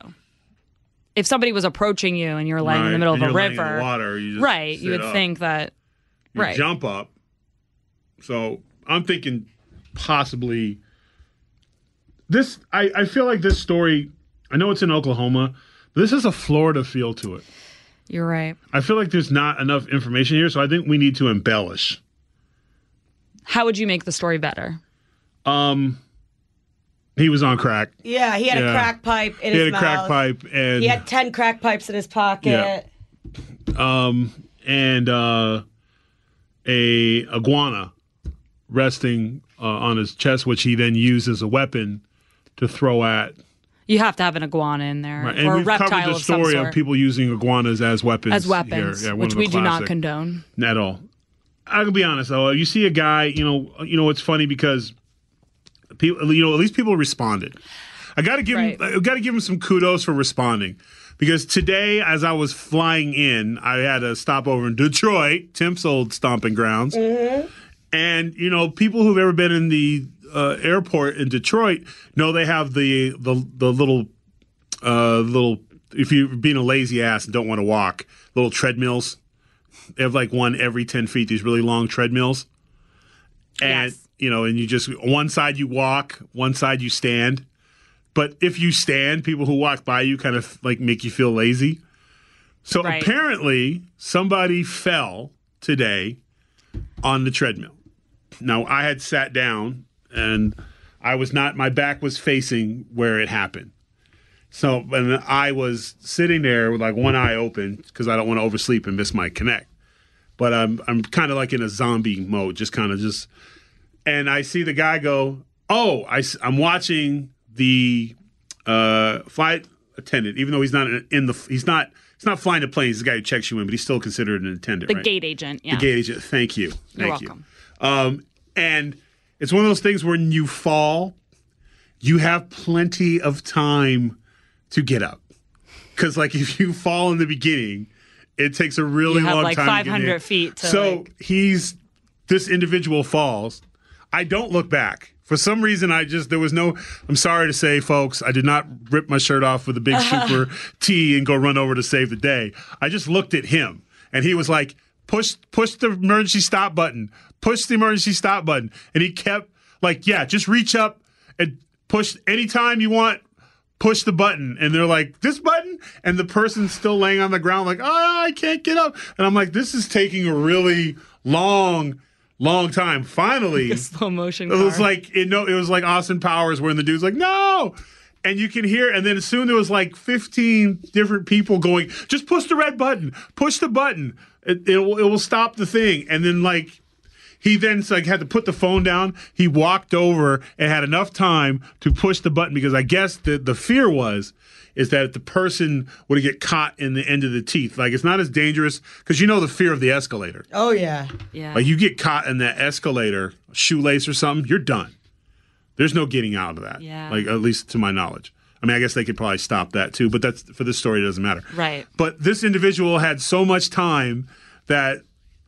F: If somebody was approaching you and you're laying in
E: Right,
F: the middle
E: and
F: of a
E: you're laying in the
F: river,
E: water, you just
F: right?
E: sit
F: You would
E: up.
F: think that,
E: You
F: right?
E: Jump up. So I'm thinking possibly this. I I feel like this story. I know it's in Oklahoma. But this has a Florida feel to it.
F: You're right.
E: I feel like there's not enough information here, so I think we need to embellish.
F: How would you make the story better?
E: Um, he was on crack.
G: Yeah, he had
E: Yeah.
G: a crack pipe in
E: He
G: his
E: had a
G: mouth.
E: crack pipe, and
G: He had ten crack pipes in his pocket.
E: Yeah. um, and uh, a iguana resting uh, on his chest, which he then used as a weapon to throw at.
F: You have to have an iguana in there
E: Right,
F: or a
E: covered
F: reptile
E: the
F: of some
E: story of,
F: sort
E: people using iguanas as weapons
F: as weapons,
E: here. Yeah, one
F: which
E: of the
F: we do not
E: classic-
F: condone.
E: at all. I can be honest though. You see a guy, you know, you know it's funny because people, you know, at least people responded. I got to give
F: Right.
E: him, I got to give him some kudos for responding because today, as I was flying in, I had a stopover in Detroit, Tim's old stomping grounds, and you know, people who've ever been in the uh, airport in Detroit know they have the the the little uh, little if you're being a lazy ass and don't want to walk, little treadmills. They have like one every ten feet. These really long treadmills, and
F: Yes.
E: you know, and you just one side you walk, one side you stand. But if you stand, people who walk by you kind of like make you feel lazy. So
F: Right.
E: apparently, somebody fell today on the treadmill. Now I had sat down and I was not my back was facing where it happened. So and I was sitting there with like one eye open because I don't want to oversleep and miss my connect. But I'm I'm kind of like in a zombie mode, just kind of just. And I see the guy go, "Oh, I, am watching the uh, flight attendant, even though he's not in the he's not he's not flying the plane. He's the guy who checks you in, but he's still considered an attendant.
F: The
E: right?
F: gate agent, yeah.
E: The
F: (laughs)
E: gate agent. Thank you.
F: You're
E: Thank
F: welcome.
E: you. Um, and it's one of those things when you fall, you have plenty of time to get up. Because like (laughs) if you fall in the beginning, it takes a really
F: You have,
E: long
F: like,
E: time. to get
F: 500
E: in.
F: feet to,
E: so
F: like-
E: he's this individual falls. I don't look back. For some reason, I just there was no. I'm sorry to say, folks, I did not rip my shirt off with a
F: (laughs)
E: big super T and go run over to save the day. I just looked at him, and he was like, "Push, push the emergency stop button. Push the emergency stop button." And he kept like, "Yeah, just reach up and push anytime you want." push the button and they're like this button and the person's still laying on the ground like oh i can't get up and i'm like this is taking a really long long time finally it
F: Slow motion. Car.
E: was like it no it was like austin powers where the dude's like no and you can hear and then soon there was like 15 different people going just push the red button push the button it, it, will, it will stop the thing and then like he then like had to put the phone down. He walked over and had enough time to push the button because I guess the the fear was is that the person would get caught in the end of the teeth. Like it's not as dangerous because you know the fear of the escalator.
G: Oh yeah.
F: yeah.
E: Like you get caught in that escalator shoelace or something, you're done. There's no getting out of that.
F: Yeah.
E: Like at least to my knowledge. I mean, I guess they could probably stop that too, but that's for this story, it doesn't matter.
F: Right.
E: But this individual had so much time that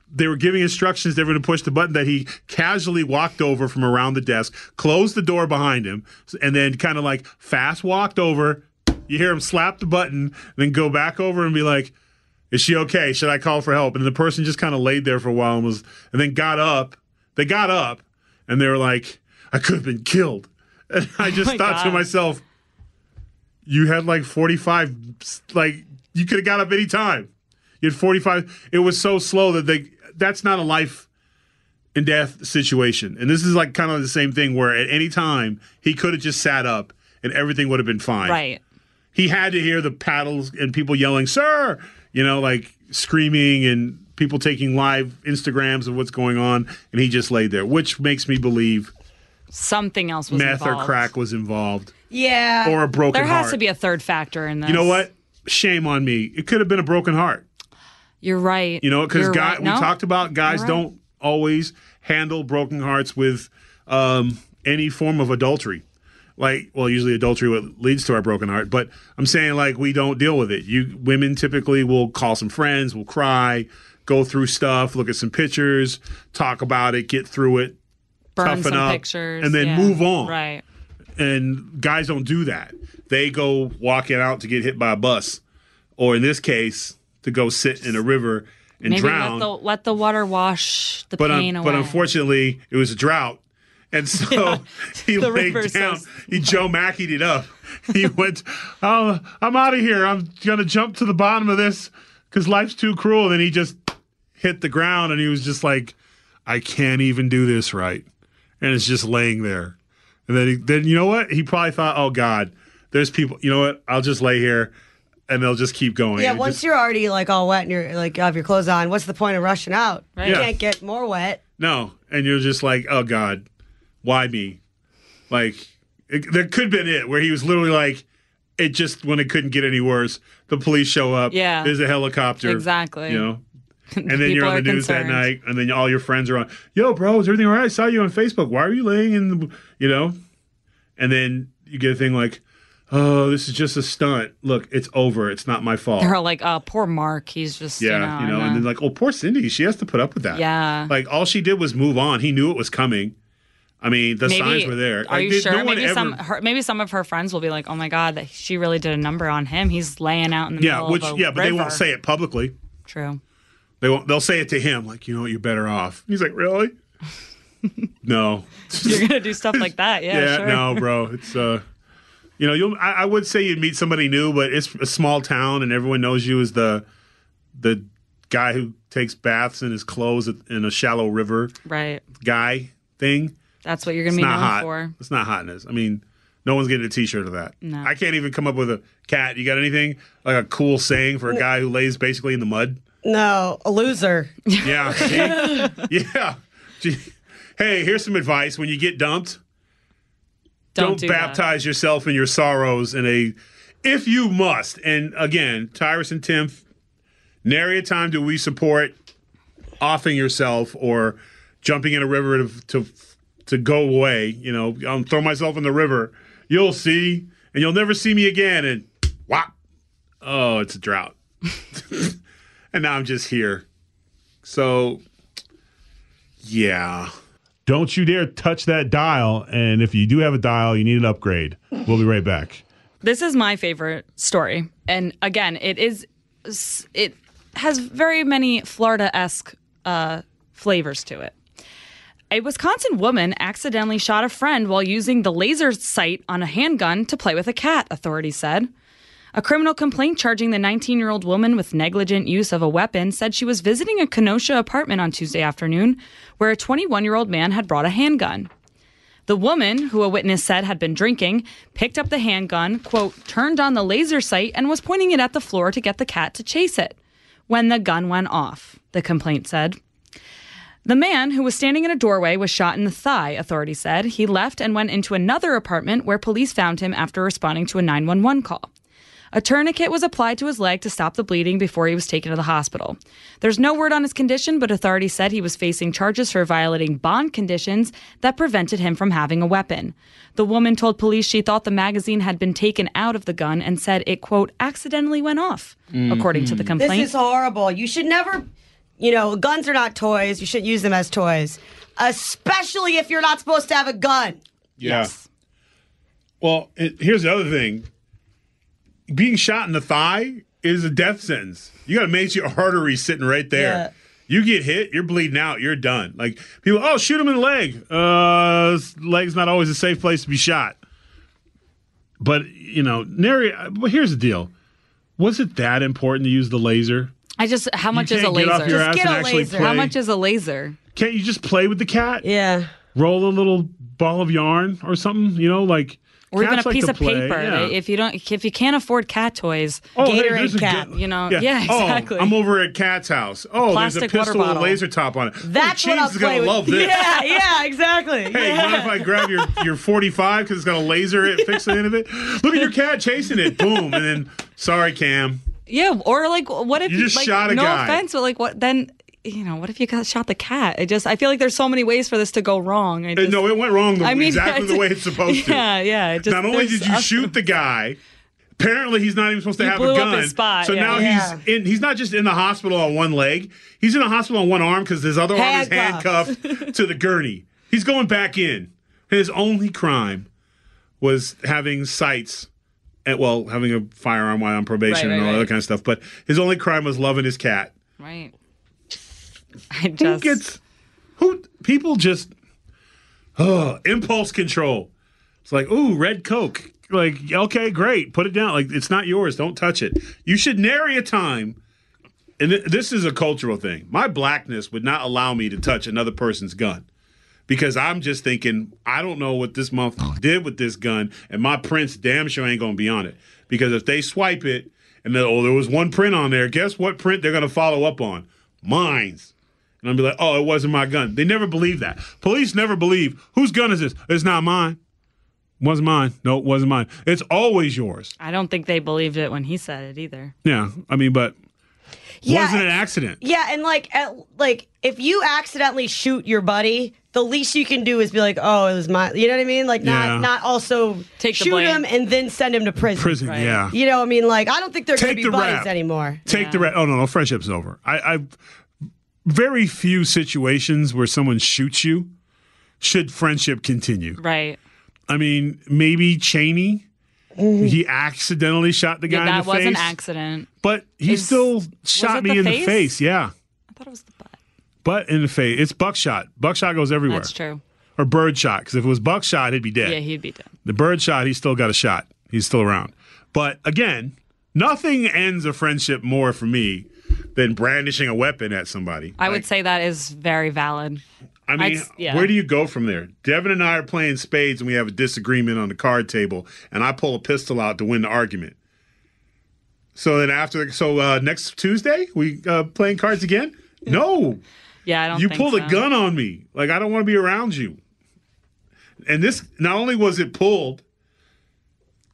E: they were giving instructions they were going to push the button that he casually walked over from around the desk, closed the door behind him, and then kind of like fast walked over. You hear him slap the button, then go back over and be like, is she okay? Should I call for help? And the person just kind of laid there for a while and was, and then got up. They got up and they were like, I could have been killed. (laughs) And I just
F: Oh my
E: thought to
F: God.
E: myself, you had like 45, like, you could have got up any time. You had 45. It was so slow that they, that's not a life and death situation. And this is like kind of the same thing where at any time he could have just sat up and everything would have been fine
F: Right.
E: he had to hear the paddles and people yelling, "Sir!" You know, like screaming and people taking live Instagrams of what's going on, and he just laid there, which makes me believe
F: Something else was
E: meth
F: involved. Uh,
E: or crack was involved
G: Yeah.
E: or a broken
F: There
E: heart.
F: has to be a third factor in this.
E: you know what? Shame on me. It could have been a broken heart.
F: You're right.
E: You know, because
F: You're
E: guy
F: right.
E: we
F: No?
E: talked about guys
F: You're right.
E: don't always handle broken hearts with um, any form of adultery. Like, well, usually adultery what leads to our broken heart, but I'm saying like we don't deal with it. You women typically will call some friends, will cry, go through stuff, look at some pictures, talk about it, get through it,
F: burn
E: toughen
F: some
E: up,
F: pictures
E: and then
F: yeah.
E: move on.
F: Right.
E: and guys don't do that. They go walking out to get hit by a bus, or in this case, to go sit in a river and
F: Maybe
E: drown
F: let the let the water wash the
E: but
F: pain
E: un-
F: away.
E: but unfortunately, it was a drought, and
F: (laughs)
E: so he
F: The
E: laid
F: river
E: down.
F: says-
E: He Joe Mackeyed it up. He (laughs) went, "Oh, I'm out of here. I'm gonna jump to the bottom of this because life's too cruel." And then he just hit the ground, and he was just like, "I can't even do this right," and it's just laying there. And then he, then you know what? He probably thought, "Oh God, there's people. You know what? I'll just lay here." And they'll just keep going.
G: yeah,
E: And it
G: once
E: just-
G: you're already like all wet and you're like have your clothes on, what's the point of rushing out? You
E: Yeah.
G: can't get more wet.
E: No, and you're just like, oh God, why me? Like, it, that could have been it, where he was literally like, it just when it couldn't get any worse, the police show up.
F: Yeah.
E: there's a helicopter.
F: Exactly.
E: You
F: (laughs)
E: know, and then you're
F: People
E: on the
F: are
E: news that
F: concerned.
E: night, and then all your friends are on. Yo, bro, is everything all right? I saw you on Facebook. Why are you laying in the? You know, and then you get a thing like, oh, this is just a stunt. Look, it's over. It's not my
F: (laughs)
E: fault.
F: They're like, oh, poor Mark. He's just
E: Yeah, you know, and then like, oh, poor Cindy, she has to put up with that.
F: Yeah.
E: like all she did was move on. He knew it was coming. I mean, the
F: maybe
E: signs were there.
F: Are
E: Like,
F: you
E: did-
F: sure?
E: No one
F: maybe
E: ever,
F: some her, maybe some of her friends will be like, oh my god, that she really did a number on him. He's laying out in the
E: yeah,
F: middle
E: which
F: of a
E: yeah, but they
F: river."
E: won't say it publicly.
F: True. (laughs)
E: They won't. They'll say it to him, like, you know what, you're better off. He's like,
F: (laughs)
E: really? no.
F: You're gonna do stuff like that. Yeah,
E: yeah,
F: sure.
E: no, bro. It's uh, you know, you'll. I, I would say you'd meet somebody new, but it's a small town, and everyone knows you as the the guy who takes baths in his clothes in a shallow river
F: Right.
E: guy thing.
F: That's what you're gonna
E: It's
F: be
E: not
F: known
E: hot.
F: for.
E: It's not hotness. I mean, no one's getting a T-shirt of that.
F: No.
E: I can't even come up with a cat. You got anything like a cool saying for a guy who lays basically in the mud?
G: No, a loser.
F: (laughs)
E: Yeah. see? yeah. Gee. Hey, here's some advice. When you get dumped,
F: Don't, do That.
E: baptize yourself in your sorrows in a, if you must. And again, Tyrus and Tim, nary a time do we support offing yourself or jumping in a river to to, to go away. You know, I'm throw myself in the river. You'll see, and you'll never see me again. And whop, oh, it's a drought, (laughs) and now I'm just here. So, yeah. Don't you dare touch that dial. And if you do have a dial, you need an upgrade. We'll be right back.
F: This is my favorite story, and again, it is s- it has very many Florida esque uh, flavors to it. A Wisconsin woman accidentally shot a friend while using the laser sight on a handgun to play with a cat, authorities said. A criminal complaint charging the 19 year old woman with negligent use of a weapon said she was visiting a Kenosha apartment on Tuesday afternoon where a 21 year old man had brought a handgun. The woman, who a witness said had been drinking, picked up the handgun, quote, turned on the laser sight, and was pointing it at the floor to get the cat to chase it when the gun went off, the complaint said. The man, who was standing in a doorway, was shot in the thigh, authorities said. He left and went into another apartment where police found him after responding to a 911 call. A tourniquet was applied to his leg to stop the bleeding before he was taken to the hospital. There's no word on his condition, but authorities said he was facing charges for violating bond conditions that prevented him from having a weapon. The woman told police she thought the magazine had been taken out of the gun and said it, quote, accidentally went off, according to the
G: This
F: complaint.
G: is horrible. You should never, you know, guns are not toys. You shouldn't use them as toys, especially if you're not supposed to have a gun.
E: Yeah. Well, it, here's the other thing. Being shot in the thigh is a death sentence. You got a major artery sitting right there.
G: Yeah.
E: You get hit, you're bleeding out, you're done. Like people, oh, shoot him in the leg. Uh, s- leg's not always a safe place to be shot. But you know, nary. uh, But here's the deal: was it that important to use the laser?
F: I just, how much
E: you
F: is a
E: can't get off your
F: laser?
E: ass
G: get
E: and
G: a
E: actually
G: laser.
E: play.
F: How much is a laser?
E: Can't you just play with the cat?
G: Yeah.
E: Roll a little ball of yarn or something. You know, like
F: Or even a
E: cats like
F: piece
E: to
F: of
E: play.
F: paper.
E: Yeah. Oh,
F: If you don't, if you can't afford cat toys,
G: Gatorade
E: there's a
G: cap,
E: ga-
F: you know? Yeah, exactly.
E: Oh, I'm over at Cat's house. Oh, there's a
F: Plastic water
E: pistol with a
F: bottle.
E: laser top on it.
G: That's
E: oh,
G: what I'll
E: Cheese is gonna
G: play with.
E: love
F: (laughs)
E: this.
G: (laughs) Yeah, yeah, exactly.
E: Hey,
G: Yeah.
E: mind if I grab your, your 45 because it's got a laser it fix the end of it? Look at your cat chasing it. Boom. And then, sorry, Cam.
F: yeah. Or like, what if
E: You just
F: like,
E: shot a
F: no
E: guy.
F: offense, but like, what then? You know, what if you got shot the cat? I just, I feel like there's so many ways for this to go wrong. I
E: And
F: just,
E: Uh, no, it went wrong the,
F: I mean, (laughs)
E: exactly
F: I
E: the
F: ju-
E: way it's supposed
F: yeah,
E: to.
F: yeah. it Just,
E: Not only
F: there's
E: did you
F: a-
E: shoot the guy, apparently he's not even supposed to
F: You
E: have
F: blew
E: a
F: up
E: gun.
F: his spot,
E: so
F: yeah.
E: now
G: Yeah.
E: he's in. He's not just in the hospital on one leg. He's in the hospital on one arm because his other arm is
G: Handcuffed.
E: handcuffed to the gurney. He's going back in. His only crime was having sights. And, well, having a firearm while on probation
F: Right,
E: and
F: right,
E: all that
F: right.
E: kind of stuff. But his only crime was loving his cat.
F: Right. I
E: Who
F: (laughs) just
E: gets who people just oh impulse control. It's like, ooh, red Coke. Like, okay, great. Put it down. Like it's not yours. Don't touch it. You should nary a time. And th- this is a cultural thing. My blackness would not allow me to touch another person's gun because I'm just thinking, I don't know what this month did with this gun, and my prints damn sure ain't gonna be on it. Because if they swipe it and then, oh, there was one print on there, guess what print they're gonna follow up on? Mine's. And I'm be like, oh, it wasn't my gun. They never believe that. Police never believe whose gun is this? It's not mine. Wasn't mine. No, it wasn't mine. It's always yours.
F: I don't think they believed it when he said it either.
E: Yeah. I mean, but
G: Yeah,
E: wasn't an
G: and-
E: accident.
G: Yeah, and like at, like if you accidentally shoot your buddy, the least you can do is be like, "Oh, it was my," you know what I mean? Like not
E: Yeah.
G: not also
F: Take the
G: shoot
F: blame.
G: him and then send him to prison.
E: Prison, yeah.
G: You know, what I mean, like I don't think they're
E: Take
G: going to
E: the
G: be buddies
E: rap.
G: anymore.
E: Take the red. Oh no, no, friendship's over. I, I very few situations where someone shoots you should friendship continue.
F: Right.
E: I mean, maybe Cheney, he accidentally shot the guy
F: Mm-hmm. Yeah,
E: in
F: that
E: the
F: was
E: face,
F: an accident.
E: but he
F: Is-
E: still
F: it
E: shot me
F: the
E: in the
F: face?
E: face. Yeah,
F: I thought it was the butt.
E: but in the face, it's buckshot. Buckshot goes everywhere.
F: That's true.
E: Or birdshot, because if it was buckshot, he'd be dead.
F: Yeah, he'd be dead.
E: The bird shot, he still got a shot. He's still around. But again, nothing ends a friendship more for me than brandishing a weapon at somebody.
F: I would say that is very valid.
E: I mean,
F: I'd- yeah.
E: where do you go from there? Devin and I are playing spades and we have a disagreement on the card table, and I pull a pistol out to win the argument. So then after, so uh, next Tuesday, we uh, playing cards again? No,
F: Yeah, I don't.
E: you
F: think
E: pulled
F: so.
E: a gun on me. Like I don't want to be around you. And this not only was it pulled,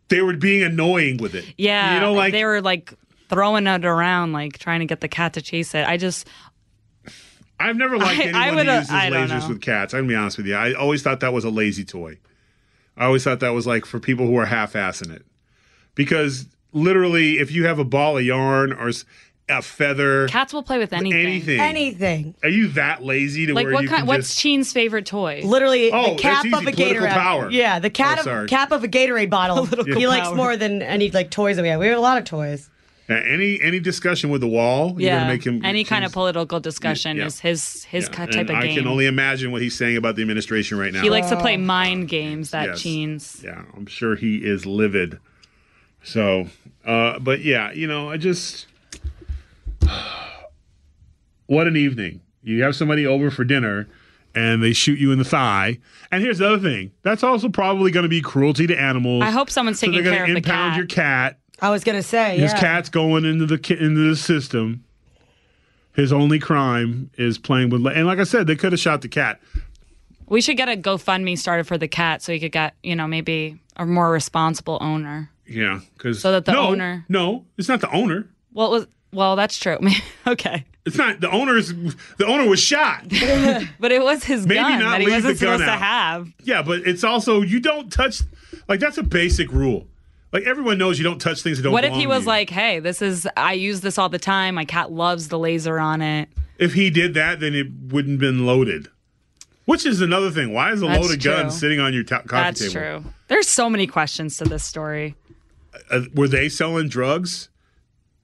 E: they were being annoying with it.
F: Yeah,
E: You know, like
F: they were like throwing it around, like trying to get the cat to chase it. I just
E: I've never liked
F: (laughs) I-
E: anyone
F: I
E: who
F: woulda-
E: uses
F: I don't
E: lasers
F: know.
E: with cats. I'm gonna be honest with you. I always thought that was a lazy toy. I always thought that was like for people who are half assing it. Because literally, if you have a ball of yarn or s- a feather,
F: cats will play with anything.
E: anything,
G: Anything,
E: are you that lazy to
F: Like
E: where
F: what
E: you
F: kind?
E: can
F: What's
E: just?
F: Cheen's favorite toy?
G: literally
E: Oh,
G: the
E: that's
G: cap
E: easy.
G: of a
E: Political
G: Gatorade.
E: power.
G: Yeah, the
E: Oh,
G: cap
E: sorry.
G: of cap of a Gatorade
F: (laughs)
G: bottle. he
E: power.
G: (laughs) likes more than any like toys that we have. We have a lot of toys.
E: Uh, any any discussion with the wall, you're
F: yeah,
E: gonna make him
F: any kind of
E: Cheen's-
F: political discussion
E: yeah.
F: is his his
E: Yeah,
F: ca-
E: and
F: type of
E: I
F: game.
E: can only imagine what he's saying about the administration right now.
F: he likes to play mind games. That
E: Yes.
F: Cheen's.
E: yeah, I'm sure he is livid. So, uh, but yeah, you know, I just (sighs) what an evening. You have somebody over for dinner and they shoot you in the thigh. And here's the other thing. That's also probably going to be cruelty to animals.
F: I hope someone's
E: so they're
F: taking care
E: gonna
F: of the
E: impound
F: cat.
E: your cat.
G: I was gonna say,
E: His
G: yeah.
E: cat's going into the ki- into the system. His only crime is playing with. And like I said, they could have shot the cat.
F: We should get a GoFundMe started for the cat so he could get you know maybe a more responsible owner.
E: Yeah, because
F: So that the
E: no,
F: owner-
E: No, it's not the owner.
F: Well, it was well, that's true. (laughs) okay,
E: It's not the owner's. The owner was
F: (laughs)
E: shot.
F: but it was his
E: Maybe
F: gun
E: not
F: that he
E: leave the
F: wasn't
E: gun
F: supposed to
E: out.
F: have.
E: yeah, but it's also you don't touch. Like that's a basic rule. Like everyone knows you don't touch things that don't.
F: What if
E: belong
F: he
E: to
F: was
E: you.
F: like, "Hey, this is I use this all the time. My cat loves the laser on it."
E: If he did that, then it wouldn't been loaded. Which is another thing. Why is a
F: That's
E: loaded gun
F: true.
E: sitting on your ta- coffee
F: That's
E: table?
F: true. There's so many questions to this story.
E: Uh, were they selling drugs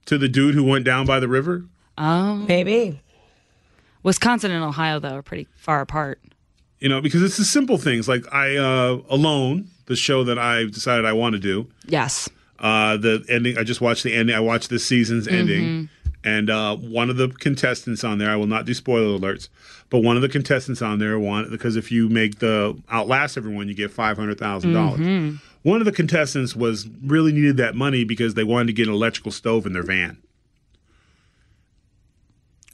E: to the dude who went down by the river?
G: Maybe.
F: Wisconsin and Ohio, though, are pretty far apart.
E: You know, because it's the simple things like I uh, alone, the show that I decided I want to do.
F: Yes.
E: Uh, the ending. I just watched the ending. I watched this season's ending, and uh, one of the contestants on there. I will not do spoiler alerts, but one of the contestants on there wanted because if you make the outlast everyone, you get five dollars. One of the contestants was really needed that money because they wanted to get an electrical stove in their van.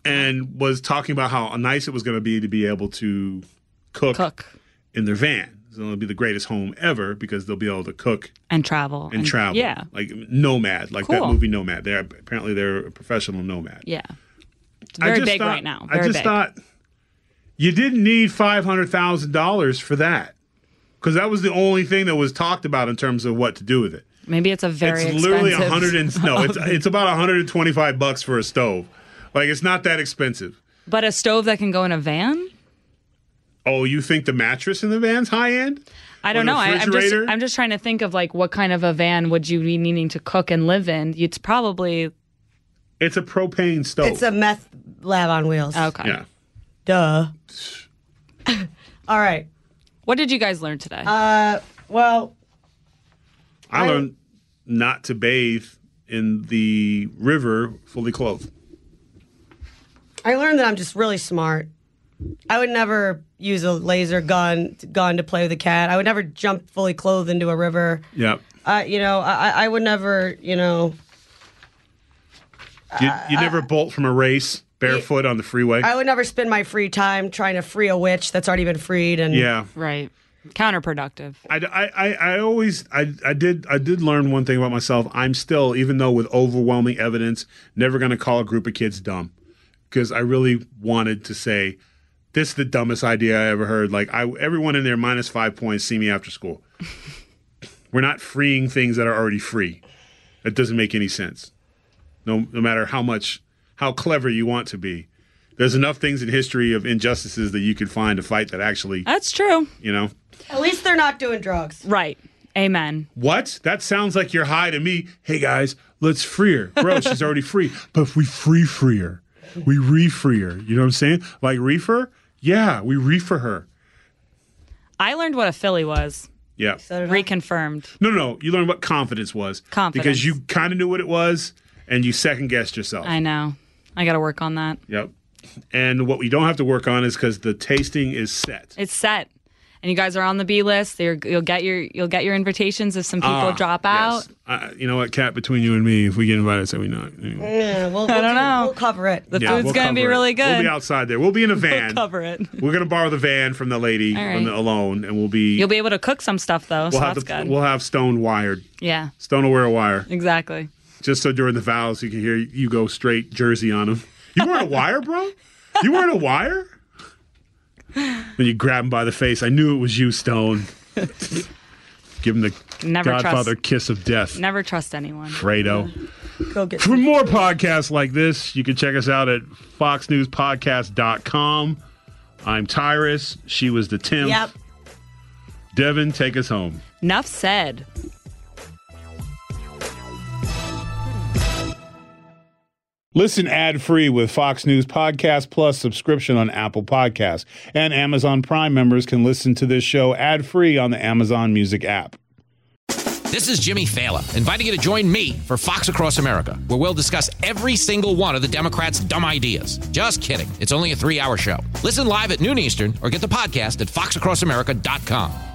E: And was talking about how nice it was going to be to be able to
F: Cook
E: in their van. So it'll be the greatest home ever because they'll be able to cook
F: and travel
E: and travel.
F: Yeah.
E: like nomad, like that
F: Cool.
E: movie Nomad. They're apparently they're a professional nomad.
F: Yeah. It's
E: I
F: very
E: just
F: big
E: thought-
F: right now.
E: I
F: Very
E: just
F: big.
E: thought you didn't need five hundred thousand dollars for that because that was the only thing that was talked about in terms of what to do with it.
F: Maybe it's a very
E: it's literally a
F: expensive-
E: hundred and no,
F: (laughs)
E: it's it's about hundred and twenty five bucks for a stove. Like it's not that expensive.
F: But a stove that can go in a van?
E: Oh, you think the mattress in the van's high end?
F: I don't
E: Or the
F: know. I, I'm just
E: refrigerator?
F: I'm just trying to think of like what kind of a van would you be needing to cook and live in? It's probably
E: It's a propane stove.
G: It's a meth lab on wheels.
F: okay.
E: yeah.
G: Duh. (laughs) All right.
F: What did you guys learn today?
G: Well,
E: I learned not to bathe in the river fully clothed.
G: I learned that I'm just really smart. I would never use a laser gun gun to play with a cat. I would never jump fully clothed into a river.
E: Yeah.
G: Uh, you know, I, I- I would never, you know,
E: You, you never bolt from a race barefoot on the freeway.
G: I would never spend my free time trying to free a witch that's already been freed. And
E: yeah.
F: right. Counterproductive.
E: I, I, I, I always I, I did I did learn one thing about myself. I'm still, even though with overwhelming evidence, never going to call a group of kids dumb because I really wanted to say this is the dumbest idea I ever heard. Like I, everyone in there minus five points. See me after school. (laughs) We're not freeing things that are already free. That doesn't make any sense. No, no matter how much how clever you want to be, there's enough things in history of injustices that you could find a fight that actually
F: That's true.
E: you know.
G: at least they're not doing drugs.
F: Right. Amen.
E: What? That sounds like you're high to me. Hey guys, let's free her.
F: (laughs)
E: Bro, she's already free. But if we free free her, we refree her. You know what I'm saying? Like reefer? Yeah, we reefer her.
F: I learned what a filly was.
E: Yeah.
F: Reconfirmed.
E: No, no, no. You learned what confidence was.
F: Confidence.
E: Because you kind of knew what it was and you second guessed yourself.
F: I know. I got to work on that.
E: Yep. And what we don't have to work on is because the tasting is set.
F: It's set. And you guys are on the B list. You're, you'll get your you'll get your invitations if some people drop out.
E: Ah, Yes. Uh, you know what, Cat, between you and me, if we get invited, say we not. Anyway.
G: Yeah, we'll, we'll
F: don't
G: do-
F: know.
G: We'll cover it.
F: The food's
E: we'll
F: gonna
E: cover
F: be
E: it.
F: really good.
E: We'll be outside there. We'll be in
F: (laughs)
E: a van.
F: cover it.
E: We're gonna borrow the van from the lady
F: All right.
E: from the, alone, and we'll be
F: You'll be able to cook some stuff though, so
E: we'll have
F: that's
E: the,
F: good.
E: we'll have Stone wired.
F: yeah,
E: Stone will wear a wire
F: exactly.
E: just so during the vows you can hear you go straight Jersey on him. You weren't a wire, bro. You weren't a wire. When you grab him by the face, I knew it was you, Stone.
F: (laughs)
E: Give him the
F: Never trust-
E: Godfather kiss of death.
F: Never trust anyone.
E: Fredo. (laughs)
G: Go get.
E: For more podcasts like this, you can check us out at foxnewspodcast.com. I'm Tyrus. She was the Tim.
G: Yep.
E: Devin, take us home.
F: Enough said.
E: Listen ad free with Fox News Podcast Plus subscription on Apple Podcasts. And Amazon Prime members can listen to this show ad free on the Amazon Music app.
I: This is Jimmy Fallon, inviting you to join me for Fox Across America, where we'll discuss every single one of the Democrats' dumb ideas. Just kidding. It's only a three hour show. Listen live at noon Eastern or get the podcast at foxacrossamerica.com.